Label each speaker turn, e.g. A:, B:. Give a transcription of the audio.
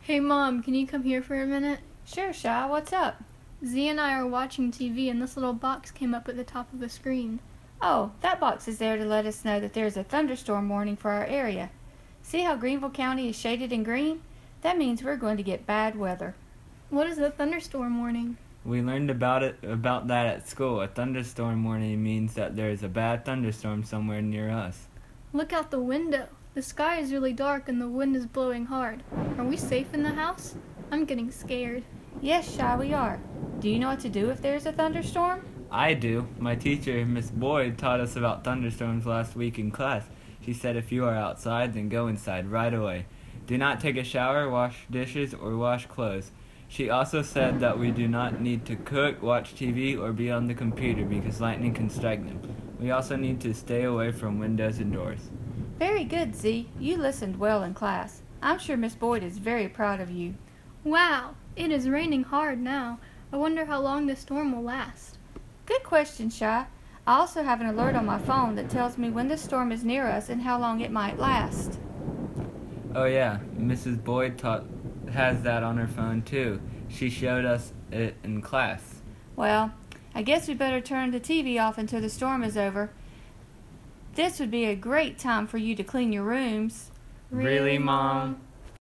A: Hey mom, can you come here for a minute?
B: Sure, Shaw, what's up?
A: Z and I are watching TV and this little box came up at the top of the screen.
B: Oh, that box is there to let us know that there is a thunderstorm warning for our area. See how Greenville County is shaded in green? That means we're going to get bad weather.
A: What is a thunderstorm warning?
C: We learned about it about that at school. A thunderstorm warning means that there is a bad thunderstorm somewhere near us.
A: Look out the window. The sky is really dark and the wind is blowing hard. Are we safe in the house? I'm getting scared.
B: Yes, Shaw, we are. Do you know what to do if there's a thunderstorm?
C: I do. My teacher, Miss Boyd, taught us about thunderstorms last week in class. She said if you are outside, then go inside right away. Do not take a shower, wash dishes, or wash clothes. She also said that we do not need to cook, watch TV, or be on the computer because lightning can strike them. We also need to stay away from windows and doors.
B: Very good, Z. You listened well in class. I'm sure Miss Boyd is very proud of you.
A: Wow, it is raining hard now. I wonder how long this storm will last.
B: Good question, Shy. I also have an alert on my phone that tells me when the storm is near us and how long it might last.
C: Oh yeah, Mrs. Boyd taught has that on her phone too. She showed us it in class.
B: Well, I guess we better turn the TV off until the storm is over. This would be a great time for you to clean your rooms.
C: Really, Mom?